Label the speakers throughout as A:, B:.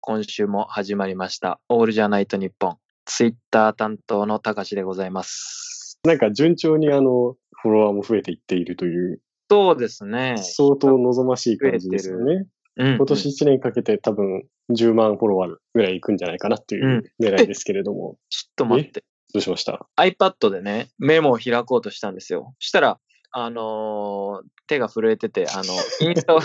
A: 今週も始まりました。オールじゃないと日本。ツイッター担当のたかしでございます。
B: なんか順調にあの、フォロワーも増えていっているという、
A: そうですね。
B: 相当望ましい感じですよね。
A: 今
B: 今年1年かけて多分10万フォロワーぐらいいくんじゃないかなっていう狙いですけれども、
A: ちょっと待って。
B: どうしました
A: iPad でね、メモを開こうとしたんですよ。したら、あのー手が震えてて、あの、インスタを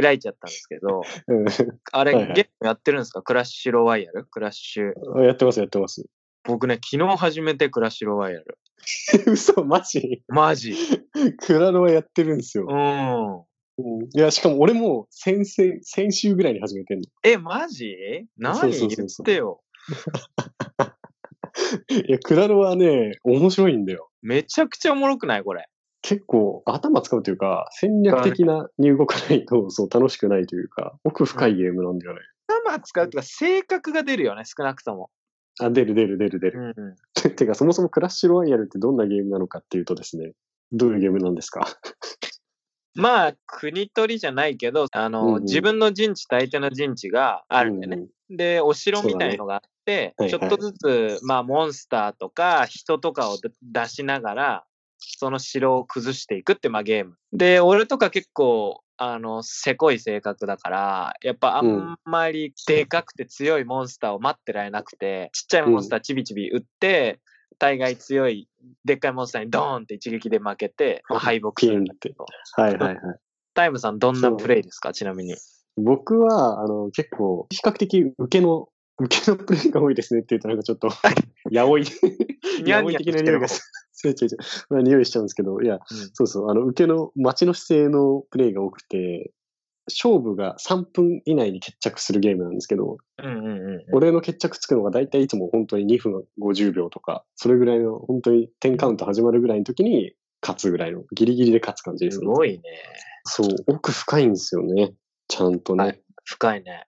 A: 開いちゃったんですけ ど、
B: うん
A: あれ、
B: はいはい
A: ゲームやってるんですかクラッシュロワイヤルクラッシュ。
B: やってます、やってます。
A: 僕ね、昨日初めてクラッシュロワイヤル。
B: 嘘、マジ
A: マジ。
B: クラロはやってるんですよ
A: う。ん。
B: うんいや、しかも俺も先生、先週ぐらいに始めてんの。
A: え、マジ何
B: そう
A: 言
B: そ
A: っ
B: うそうそう
A: てよ。
B: いや、クラロはね、面白いんだよ。
A: めちゃくちゃおもろくないこれ。
B: 結構頭使うというか、戦略的な入動かないと、そう楽しくないというか、奥深いゲームなんだよね。
A: 頭使うとか性格が出るよね、少なくとも。
B: あ、出る出る出る出
A: う
B: る。
A: ん。
B: てか、そもそもクラッシュロワイヤルってどんなゲームなのかっていうとですね、どういうゲームなんですか
A: まあ、国取りじゃないけど、あの、
B: うんうん
A: 自分の陣地と相手の陣地があるんだよね。
B: うんうん
A: で、お城みたいのがあって、
B: そうだねはい
A: ちょっとずつ、まあ、モンスターとか人とかを出出しながら、その城を崩していくって、まあ、ゲーム。で、俺とか結構、あの、せこい性格だから、やっぱあんまりでかくて強いモンスターを待ってられなくて、ちっちゃいモンスターちびちび打って、大概強い、でっかいモンスターにドーンって一撃で負けて、まあ敗北するんだけど。
B: はいはいはい。
A: タイムさん、どんな
B: そう
A: プレイですかちなみに。
B: 僕は、あの、結構、比較的受けの、 受けのプレイが多いですねって言うとなんかちょ っと、やおい、やおい的な匂いがする。 違う違う違うまあ匂いしちゃうんですけど、いや、そうそう、あの、受けの、待ちの姿勢のプレイが多くて、勝負が3分以内に決着するゲームなんですけど、
A: うんうんうんうん。
B: 俺の決着つくのが大体いつも本当に2分50秒とか、それぐらいの本当に10カウント始まるぐらいの時に勝つぐらいの、ギリギリで勝つ感じです
A: す
B: ね。
A: ごいね。
B: そう、奥深いんですよね。ちゃんとね。
A: はい深いね。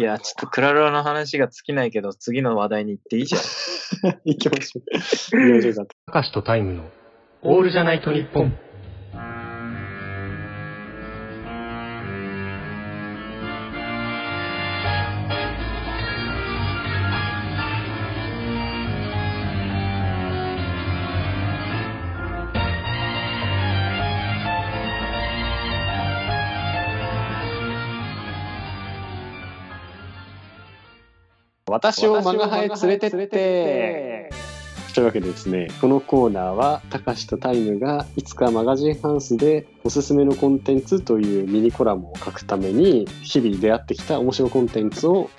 A: いや、ちょっとクラロワの話が尽きないけど、次の話題に行っていいじゃん。
B: 行きましょう。行きましょうか
C: たかしとタイムのオールじゃないと日本。
B: 私をマガハへ連れてってというわけでですね、このコーナーは、たかしとタイムがいつかマガジンハウスでおすすめのコンテンツというミニコラムを書くために、日々出会ってきた面白いコンテンツを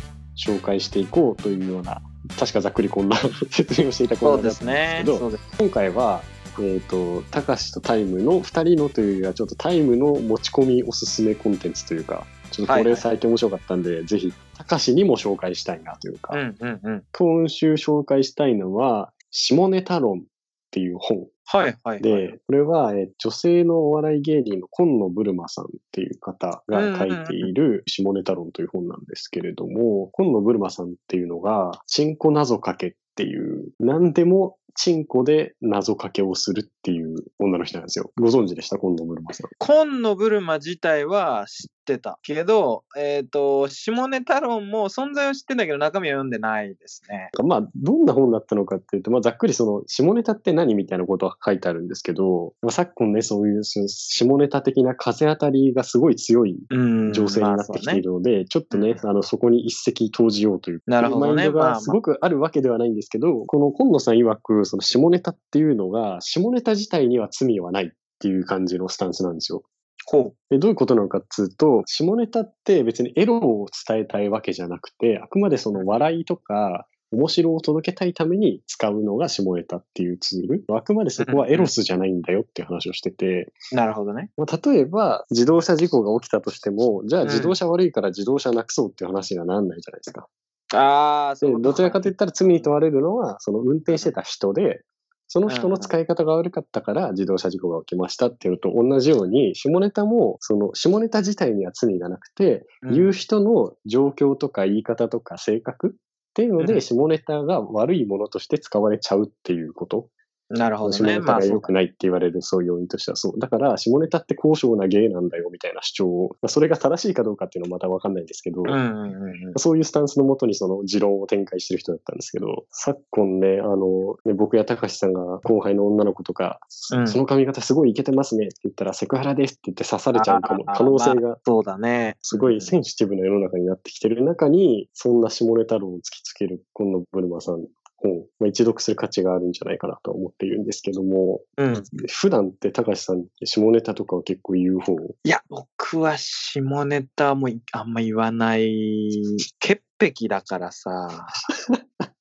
B: 紹介していこうというような、確かざっくりこんな 説明をしていたコーナーだったんですけど、
A: そうです。
B: 今回は、えっ、と、たかしとタイムの2人のというよりは、ちょっとタイムの持ち込みおすすめコンテンツというか、ちょっとこ
A: はいは
B: れ
A: い
B: 最近面白かったんで、ぜひ、たかしにも紹介したいなというか、
A: うんうんうん。
B: 今週紹介したいのは、下ネタ論っていう本
A: はいはい。
B: で、これは、えー女性のお笑い芸人の今野ブルマさんっていう方が書いている下ネタ論という本なんですけれども、今野ブルマさんっていうのが、チンコ謎かけっていう、何でもチンコで謎かけをするっていう女の人なんですよ。ご存知でした今野ブルマさん。
A: 紺のブルマ自体は知ってたけど、えっ、と、下ネタ論も存在は知ってんだけど、中身は読んでないですね。
B: まあ、どんな本だったのかっていうと、まあ、ざっくりその、下ネタって何みたいなことは書いてあるんですけど、まあ、昨今ね、そういうその下ネタ的な風当たりがすごい強い
A: うん
B: 情勢になってきてい
A: る。
B: るので、ちょっとね、
A: う
B: あの、そこに一石投じようという、
A: なるほどね
B: マインド
A: まあま
B: が
A: あ
B: すごくあるわけではないんですけど、この今野さん曰く、その下ネタっていうのが、下ネタ自体には罪はないっていう感じのスタンスなんですよ。
A: ほ
B: でどういうことなのかっつうと、下ネタって別にエロを伝えたいわけじゃなくて、あくまでその笑いとか、面白を届けたいために使うのが下ネタっていうツール。あくまでそこはエロスじゃないんだよっていう話をしてて、
A: う。なるほどね。
B: まあ、例えば自動車事故が起きたとしても、じゃあ
A: うん
B: 自動車悪いから自動車なくそうっていう話にはなんないじゃないですか。
A: ああ、そ
B: で
A: う。
B: どちらかといったら罪に問われるのは、その運転してた人で、その人の使い方が悪かったから自動車事故が起きましたっていうのと同じように、下ネタも、その下ネタ自体には罪がなくて、
A: うん
B: 言う人の状況とか言い方とか性格っていうの
A: うん
B: で、下ネタが悪いものとして使われちゃうっていうこと。
A: なるほど
B: 下
A: ね。
B: ネタ
A: まあ
B: が
A: そ
B: 良
A: うだ
B: くないって言われるそういう要因としてはそう。だから、下ネタって高尚な芸なんだよみたいな主張を、まあ、それが正しいかどうかっていうのはまたわかんないんですけど、
A: うんうんうんうん。
B: そういうスタンスのもとにその持論を展開してる人だったんですけど、昨今ね、あの、ね、僕や高橋さんが後輩の女の子とか、
A: うん
B: その髪型すごいイケてますねって言ったらセクハラですって言って刺されちゃうかも
A: あー
B: 可能性が
A: そうだね。
B: すごいセンシティブな世の中になってきてる中に、そんな下ネタ論を突きつける今野ブルマさんの本、まあ、一読する価値があるんじゃないかなとは思っているんですけども、
A: うん。
B: 普段って高橋さんって下ネタとかは結構言う方
A: いや、僕は下ネタもいあんま言わない。潔癖だから さ。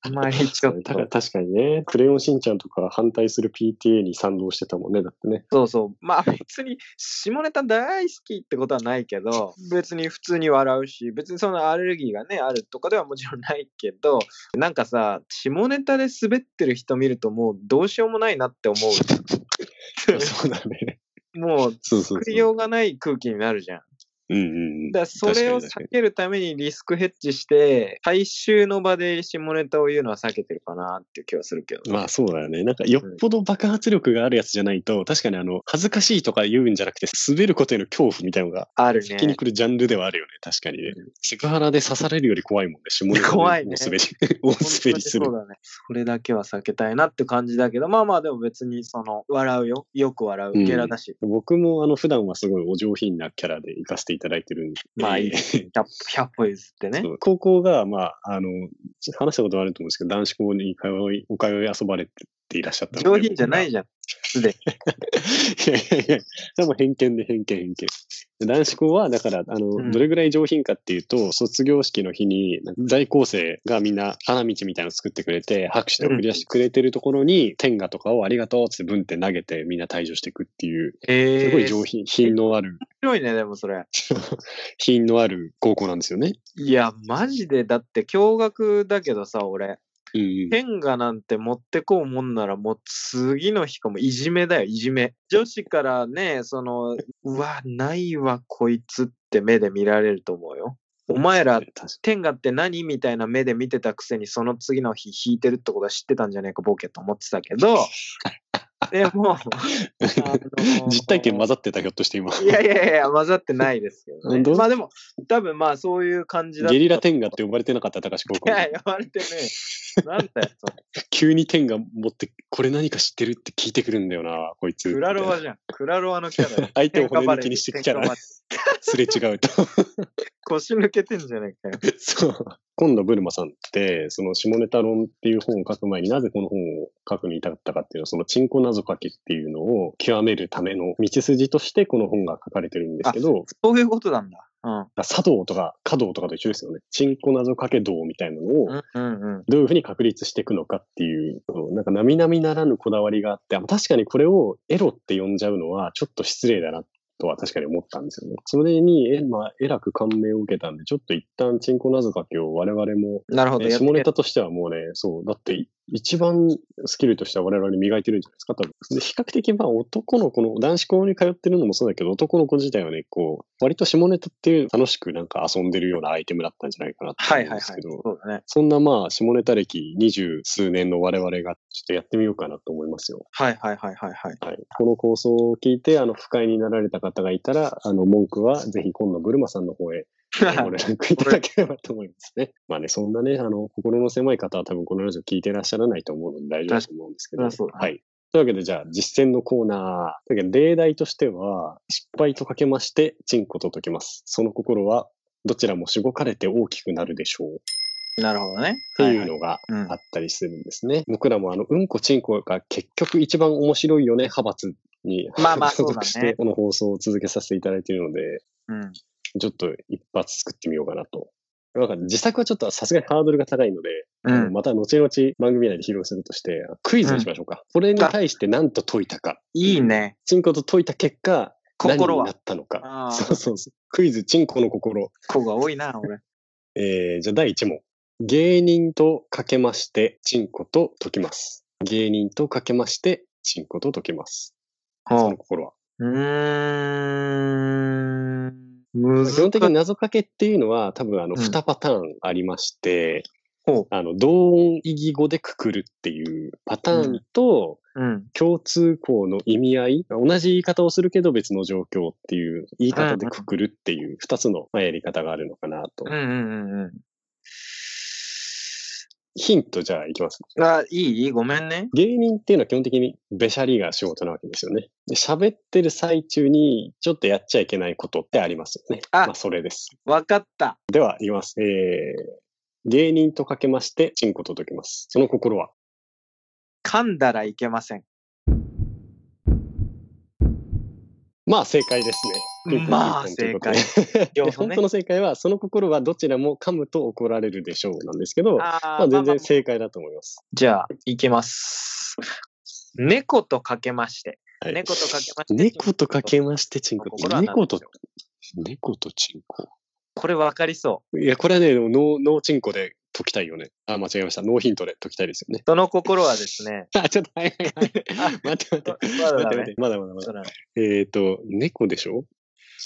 A: あんまりちょっ
B: だから
A: と。
B: 確かにね、クレヨンしんちゃんとか反対する PTA に賛同してたもんね、だって ね。
A: そうそう。まあ別に下ネタ大好きってことはないけど、別に普通に笑うし、別にそのアレルギーがね、あるとかではもちろんないけど、なんかさ、下ネタで滑ってる人見るともうどうしようもないな って思
B: そうだね。
A: う。もう
B: そうそう
A: 作
B: そう。
A: りようがない空気になるじゃん。
B: うんうんうん
A: だからそれを
B: 確か
A: 避
B: に
A: けるためにリスクヘッジして、最終の場で下ネタを言うのは避けてるかなっていう気はするけど。
B: まあそうだよね。なんかよっぽど爆発力があるやつじゃないと、確かにあの、恥ずかしいとか言うんじゃなくて、滑ることへの恐怖みたいなのが
A: ある
B: 先に
A: ね。
B: 来るジャンルではあるよね。確かにね。セクハラで刺されるより怖いもんね。下ネタ で
A: 怖いね
B: 大滑り、 大滑りする
A: 本当にそ。うだね。それだけは避けたいなって感じだけど、まあまあでも別にその、笑うよ。よく笑う。
B: うん
A: ゲラだし。
B: 僕もあの普段はすごいお上品なキャラで行かせていただいてるんで。
A: まあいい
B: えー
A: 100, 100歩譲ってね
B: そ。う高校が、まあ、あの、話したことはあると思うんですけど、男子校に通い、お通い遊ばれていらっしゃったの
A: 上
B: で
A: 品じゃないじゃん。すでに。
B: いやいやいや、でも偏見で偏見偏見。男子校は、だから、あの、
A: うん
B: どれぐらい上品かっていうと、卒業式の日に、在校生がみんな花道みたいなの作ってくれて、拍手で送り出してくれてるところに、天下とかをありがとうっつってブンって投げてみんな退場していくっていう、
A: えー、
B: すごい上。品、品のある、
A: 白いね、でもそれ。
B: 品のある高校なんですよね。
A: いや、マジで、だって驚愕だけどさ、俺。
B: うんうん。
A: 天下なんて持ってこうもんならもう次の日かもいじめだよいじめ女子からねそのうわないわこいつって目で見られると思うよお前ら
B: 確かに
A: 天下って何みたいな目で見てたくせにその次の日引いてるってことは知ってたんじゃねえかボケと思ってたけ どでも、あの
B: 実体験混ざってた、ひょっとして今。
A: い やいやいや混ざってないですけどね
B: どう
A: まあでも多分まあそういう感じだった
B: ゲリラ天下って呼ばれてなかった高橋高
A: い
B: 校の時
A: や言われてねなんだよそ れ
B: 急に天が持って、これ何か知ってるって聞いてくるんだよな、こいつ。。
A: クラロワじゃん。クラロワのキャラだよ
B: 相手を骨抜きにしてくキャ
A: 喧嘩
B: ラ
A: バレ。
B: すれ違 うと。
A: 腰抜けてんじゃね えかよ。
B: そう。今度ブルマさんって、その下ネタ論っていう本を書く前になぜこの本を書くに至ったかっていうのは、そのチンコ謎かけっていうのを極めるための道筋としてこの本が書かれてるんですけど、
A: そういうことなんだ。うん。
B: 茶道とか華道とかと一緒ですよね。チンコ謎かけ道みたいなのを、
A: うんうんうん。
B: どういうふうに確立していくのかっていう、なんか並々ならぬこだわりがあって、あ確かにこれをエロって呼んじゃうのはちょっと失礼だなとは確かに思ったんですよね。それに、えまあ、えらく感銘を受けたんで、ちょっと一旦チンコ謎かけを我々も、
A: なるほ
B: え
A: ど。
B: ー
A: やって
B: 下ネタとしてはもうね、そう、だってい一番スキルとしては我々磨いてるんじゃないですか、多分。で比較的まあ男の子の、男子校に通ってるのもそうだけど、男の子自体はね、こう、割と下ネタっていう楽しくなんか遊んでるようなアイテムだったんじゃないかなって
A: は
B: 思
A: いうはいは
B: んで
A: い。
B: す
A: そ
B: けど、
A: うだね。
B: そんなまあ、下ネタ歴二十数年の我々が、ちょっとやってみようかなと思いますよ。
A: はいはいはいはいはい。
B: はい。この構想を聞いて、あの、不快になられた方がいたら、あの、文句は、ぜひ今度、ブルマさんの方 へ、ご連絡いただければと思いますね。まあね、そんなね、あの、心の狭い方は多分このラジオ聞いてらっしゃらないと思うので大丈夫だと思うんですけど。
A: 確かにあそうだ
B: はい。というわけで、じゃあ、実践のコーナー。というわけで、例題としては、失敗とかけまして、チンコと解けます。その心は、どちらもしごかれて大きくなるでしょう。っ
A: なるほどね。
B: ていう
A: は
B: のが
A: はうん
B: あったりするんですね。僕らもあの、うんこちんこが結局一番面白いよね、派閥に。
A: まあ まあ
B: 所属し
A: そうだ
B: て、
A: ね
B: この放送を続けさせていただいているので、
A: うん。
B: ちょっと一発作ってみようかなと。なんか自作はちょっとさすがにハードルが高いので、
A: う
B: あの
A: ん。
B: また後々番組内で披露するとして、クイズにしましょうか。これに対して何と解いたか。
A: いいね。
B: チンコと解いた結果、何
A: 心
B: に
A: は
B: なったの
A: あ
B: か。
A: ー
B: そうそうそう。クイズ、チンコの心。
A: 子が多いな、俺。
B: えー、じゃあ第1問。芸人とかけまして、チンコと解きます。芸人とかけまして、チンコと解きます。その心は。
A: うーん。難
B: 基本的に
A: い。
B: 謎かけっていうのは多分あの
A: うん
B: 2パターンありまして、
A: ほう
B: あの同音異義語でくくるっていうパターンと、
A: うん。
B: 共通項の意味合い、同じ言い方をするけど別の状況っていう言い方でくくるっていう二つのまあやり方があるのかなと。
A: うんうんうんう
B: ヒントじゃあいきます。
A: ん。あ、いいいいごめんね。
B: 芸人っていうのは基本的にべしゃりが仕事なわけですよね。で喋ってる最中にちょっとやっちゃいけないことってありますよね。
A: あ
B: まあそれです。
A: わかった。
B: では、言います。えー、芸人とかけまして、チンコと解きます。その心は
A: 噛んだらいけません。
B: まあ正解ですね。
A: まあ
B: ピンポンピンポンということで
A: 両
B: で
A: 方
B: 本
A: ね
B: 当の正解は、その心はどちらも噛むと怒られるでしょうなんですけど、
A: あー
B: まあ全
A: まあまあ
B: 然正解だと思います。
A: じゃあ、いきます。猫とかけまして。
B: はい
A: 猫とかけまして。
B: 猫とかけまして、チンコ。
A: 心はなんでしょう
B: 猫と、猫とチンコ。
A: これわかりそう。
B: いや、これはね、ノー、ノーチンコで解きたいよね。あ、間違えました。ノーヒントで解きたいですよね。
A: その心はですね。
B: あ、ちょっと、はいはいはい。待って待って。
A: まだ
B: 待っ
A: だ
B: て待っ
A: ね
B: て。まだまだまだ
A: そ。うだね
B: えっ、と、猫でしょ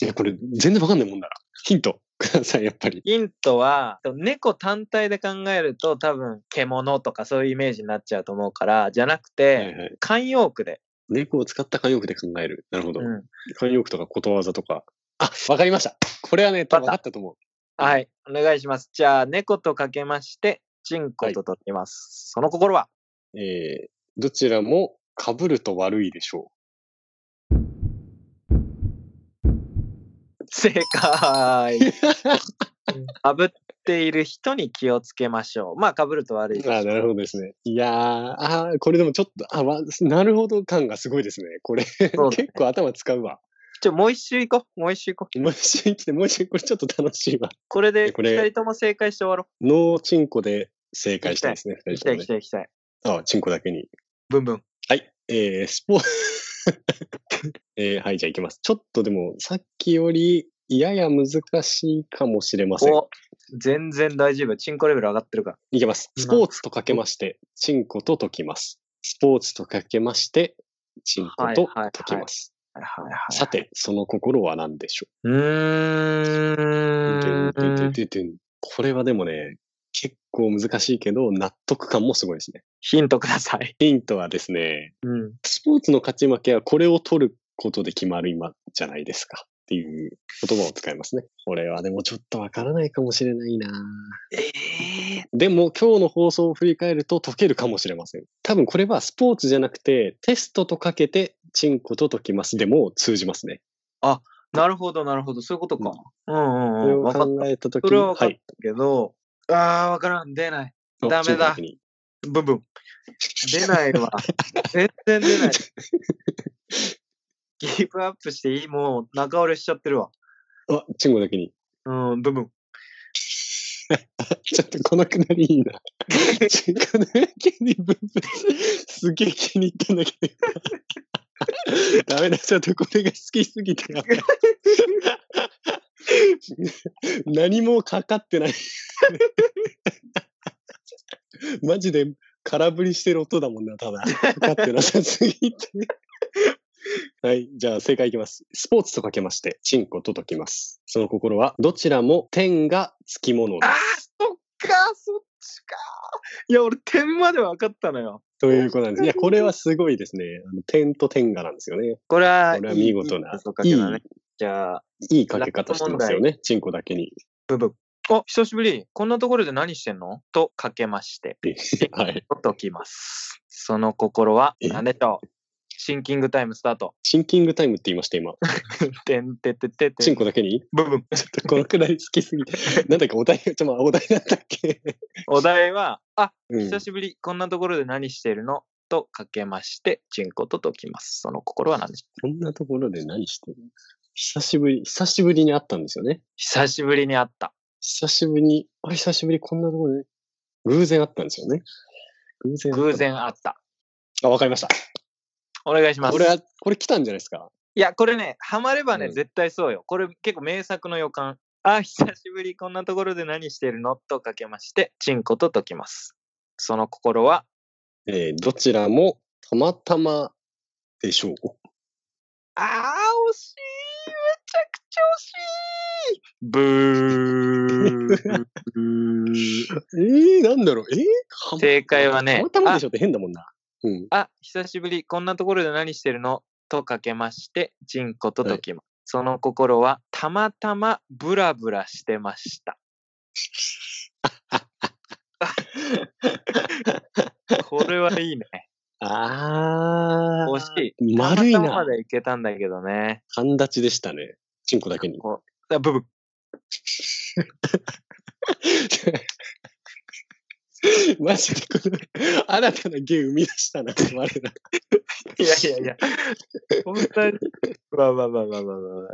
B: いや、これ全然わかんないもんだな。ヒント ください、やっぱり。
A: ヒントは、猫単体で考えると多分獣とかそういうイメージになっちゃうと思うから、じゃなく
B: はい
A: て、
B: はい、
A: 慣用句で。
B: 猫を使った慣用句で考える。なるほど。
A: うん。
B: 慣用句とかことわざとか。あ、わかりました。これはね、多分
A: わ
B: わ
A: か
B: か
A: っ
B: ったと思う。
A: はい、お願いします。じゃあ、猫とかけまして、チンコと取ります。その心は
B: えー、どちらも被ると悪いでしょ
A: 正 解。かぶっている人に気をつけましょう。まあ、かぶると悪いです
B: う。あなるほどですね。いやー、あーこれでもちょっと、あ、わ、なるほど感がすごいですね。これ、
A: だね
B: 結構頭使うわ。
A: ちょ、もう一周行こう。もう一周行こう。
B: もう一瞬来て、もう一瞬これちょっと楽しいわ。
A: これで
B: これ
A: 2人とも正解して終わろ
B: ノーチンコで正解したいですね、
A: う。
B: 二
A: 行き
B: 人と
A: たい行
B: もね
A: き。たい行きたい。
B: あ、チンコだけに。
A: ブンブン。
B: はい、えー、スポーツ、 えーはい、じゃあいきます。ちょっとでも、さっきより、やや難しいかもしれません。
A: お全然大丈夫。チンコレベル上がってるから。
B: いきます。スポーツとかけまして、チンコと解きます。スポーツとかけまして、チンコと解きます。
A: はいはいはい。
B: さて、その心は何でしょ
A: う
B: う、
A: ー
B: てんてん
A: ん。
B: てんてんてんこれはでもね、結構難しいけど、納得感もすごいですね。
A: ヒントください。
B: ヒントはですね、
A: うん。
B: スポーツの勝ち負けはこれを取ることで決まる今じゃないですかっていう言葉を使いますね。これはでもちょっとわからないかもしれないな
A: え
B: でも今日の放送を振り返ると解けるかもしれません。多分これはスポーツじゃなくてテストとかけてチンコと解きますでも通じますね。
A: ー、なるほど、なるほど。そういうことか。うんうん
B: こ
A: う
B: れ
A: ん。
B: を
A: 分かっ
B: 考えた時
A: た。そ
B: に、
A: れは分か
B: は
A: った
B: い。
A: けど、あー、分からん。出ない。
B: お
A: ダメだ
B: チンコ解きに
A: ブンブン。出ない わ。全然出ない。ギブアップしていいもう仲折れしちゃってるわ。
B: あ、チンコだけに。
A: うん、ブンブン。
B: ちょっとこのくだりいいな。チンコだけにブンブン。すげえ気に入ったんだけど。ダメだ、ちょっとこれが好きすぎてやばい。何もかかってない。マジで空振りしてる音だもんな、ただ。かかってなさすぎて。はい。じゃあ、正解いきます。スポーツとかけまして、チンコと解きます。その心は、どちらも点がつきものです。
A: そっか、そっちか。いや、俺、点まで分かったのよ。
B: ということな んです。いや、これはすごいですね。あの点と点がなんですよね。
A: これは、
B: これは見事な、
A: そうか
B: いい、
A: じゃあ、
B: いいかけ方してますよね。チンコだけに。
A: ブブ。お、久しぶり。こんなところで何してんのとかけまして、
B: はい。
A: 解きます。その心は
B: え
A: 何でしょうシンキングタイムスタート。
B: シンキングタイムって言いました、今。
A: てんてててて。
B: チンコだけに
A: ブブン。
B: ちょっとこのくらい好きすぎ て。なんだっけ、お題、ちょ、まあ、お題なんだっけ。
A: お題は、あ、
B: うん
A: 久しぶり、こんなところで何してるのとかけまして、チンコと解きます。その心は何でしょう
B: こんなところで何してる久しぶり、久しぶりに会ったんですよね。
A: 久しぶりに会った。
B: 久しぶりに、あ、久しぶり、こんなところで。偶然会ったんですよね。偶然会った
A: 偶。然会った。
B: あ、わかりました。
A: お願いします。
B: これは、これ来たんじゃないですか。
A: いや、これね、ハマればね、
B: うん
A: 絶対そうよ。これ結構名作の予感。あ、久しぶり、こんなところで何してるのとかけまして、チンコと解きます。その心は、
B: えーどちらもたまたまでしょう。
A: あー、惜しいめちゃくちゃ惜しいブー
B: えー、なんだろうえー、は
A: 正解はね
B: たまたまでしょって変だもんな。うん。
A: あ、久しぶり、こんなところで何してるのとかけまして、ジンコと解きます。その心は、たまたまブラブラしてま した。これはいいね。
B: あー。
A: 惜しい。
B: 丸い
A: たまたま
B: な。
A: でいけたんだけどね。
B: 半立ちでしたね。チンコだけに。
A: あ ブブ。
B: マジでこの新たな芸生み出したな、我ら。
A: いやいやいや。本当に。わわわわわわわ。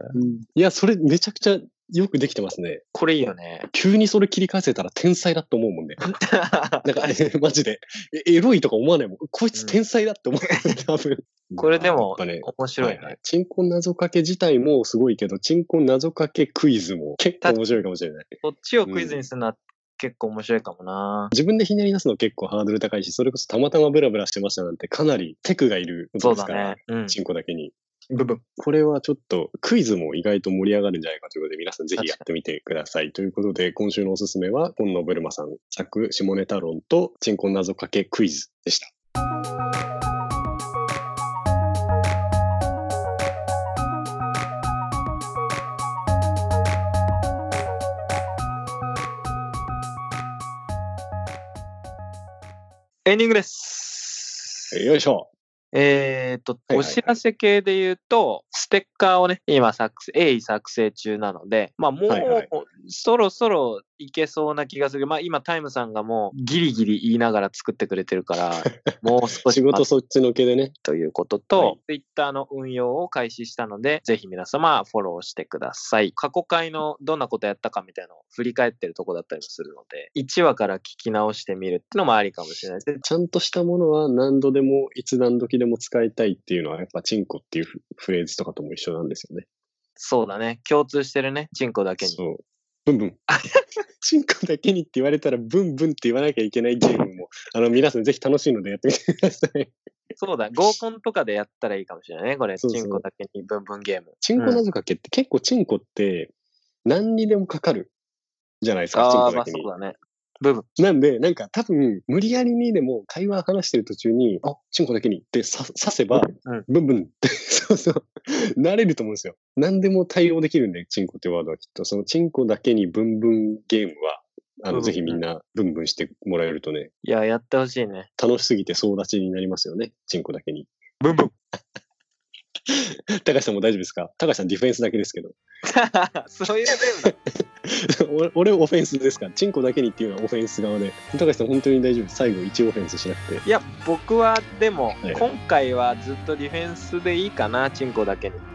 B: いや、それめちゃくちゃよくできてますね。
A: これいいよね。
B: 急にそれ切り返せたら天才だと思うもんね。なんか、 マジで。えエロいとか思わないもん。こいつ天才だって思う、多分。
A: これでも
B: やっぱね、
A: 面白い
B: は
A: ね。
B: はチンコ謎かけ自体もすごいけど、チンコ謎かけクイズも結構面白いかもしれない。
A: こっちをクイズにするのは結構面白いかもな。
B: 自分でひねり出すの結構ハードル高いし、それこそたまたまブラブラしてましたなんてかなりテクがいるこ
A: そ
B: と
A: う
B: です
A: だ
B: から、
A: ね。うん。
B: チンコだけに。
A: ブブ。
B: これはちょっとクイズも意外と盛り上がるんじゃないかということで、皆さんぜひやってみてください。ということで、今週のおすすめは、今野ブルマさん作、下ネタ論と、チンコ謎かけクイズでした。
A: エンディングです。
B: よいしょ
A: えー、っと、
B: はいはいはい
A: お知らせ系で言うと、ステッカーをね、今作成、鋭意作成中なので、まあもう、
B: はいはい
A: そろそろいけそうな気がするけど。まあ今タイムさんがもうギリギリ言いながら作ってくれてるから、 もう少し待
B: 仕事
A: つ
B: そっちのけでね。
A: ということ
B: は
A: とツ
B: い、
A: イッターの運用を開始したので、ぜひ皆様フォローしてください。過去回のどんなことやったかみたいなのを振り返ってるとこだったりもするので、1話から聞き直してみるってのもありかもしれないです。
B: ちゃんとしたものは何度でも、いつ何時でも使いたいっていうのは、やっぱチンコっていうフフレーズとかとも一緒なんですよね。
A: そうだね。共通してるね。チンコだけに。
B: そう。ブンブン。 チンコだけにって言われたら、ブンブンって言わなきゃいけないゲームも、あの、皆さんぜひ楽しいのでやってみてくださ い。
A: そうだ、合コンとかでやったらいいかもしれないね、これ。
B: そうそう
A: チンコだけにブンブンゲーム。
B: チンコ謎かけって、結構チンコって何にでもかかるじゃないですか、チン
A: あ
B: コ
A: あ、ま
B: だ
A: あ
B: け
A: そう
B: に。
A: だね。ブブ。
B: なんで、なんか多分、無理やりにでも会話話してる途中に、あ、チンコだけにってさ刺せば、
A: うん
B: ブンブンって、 そうそう、慣れると思うんですよ。何でも対応できるんで、チンコってワードはきっと、そのチンコだけにブンブンゲームは、あ
A: うんう
B: の、
A: ん
B: ぜひみんなブンブンしてもらえるとね、
A: いや、やってほしいね。
B: 楽しすぎて総立ちになりますよね、チンコだけに。
A: ブンブン。
B: 高橋さんも大丈夫ですか高橋さんディフェンスだけですけど。
A: そういうゲームだ。
B: 俺俺オフェンスですかチンコだけにっていうのはオフェンス側で高橋さん本当に大丈夫最後1オフェンスしなくて
A: いや、僕はでも
B: ええ、
A: 今回はずっとディフェンスでいいかな、チンコだけに。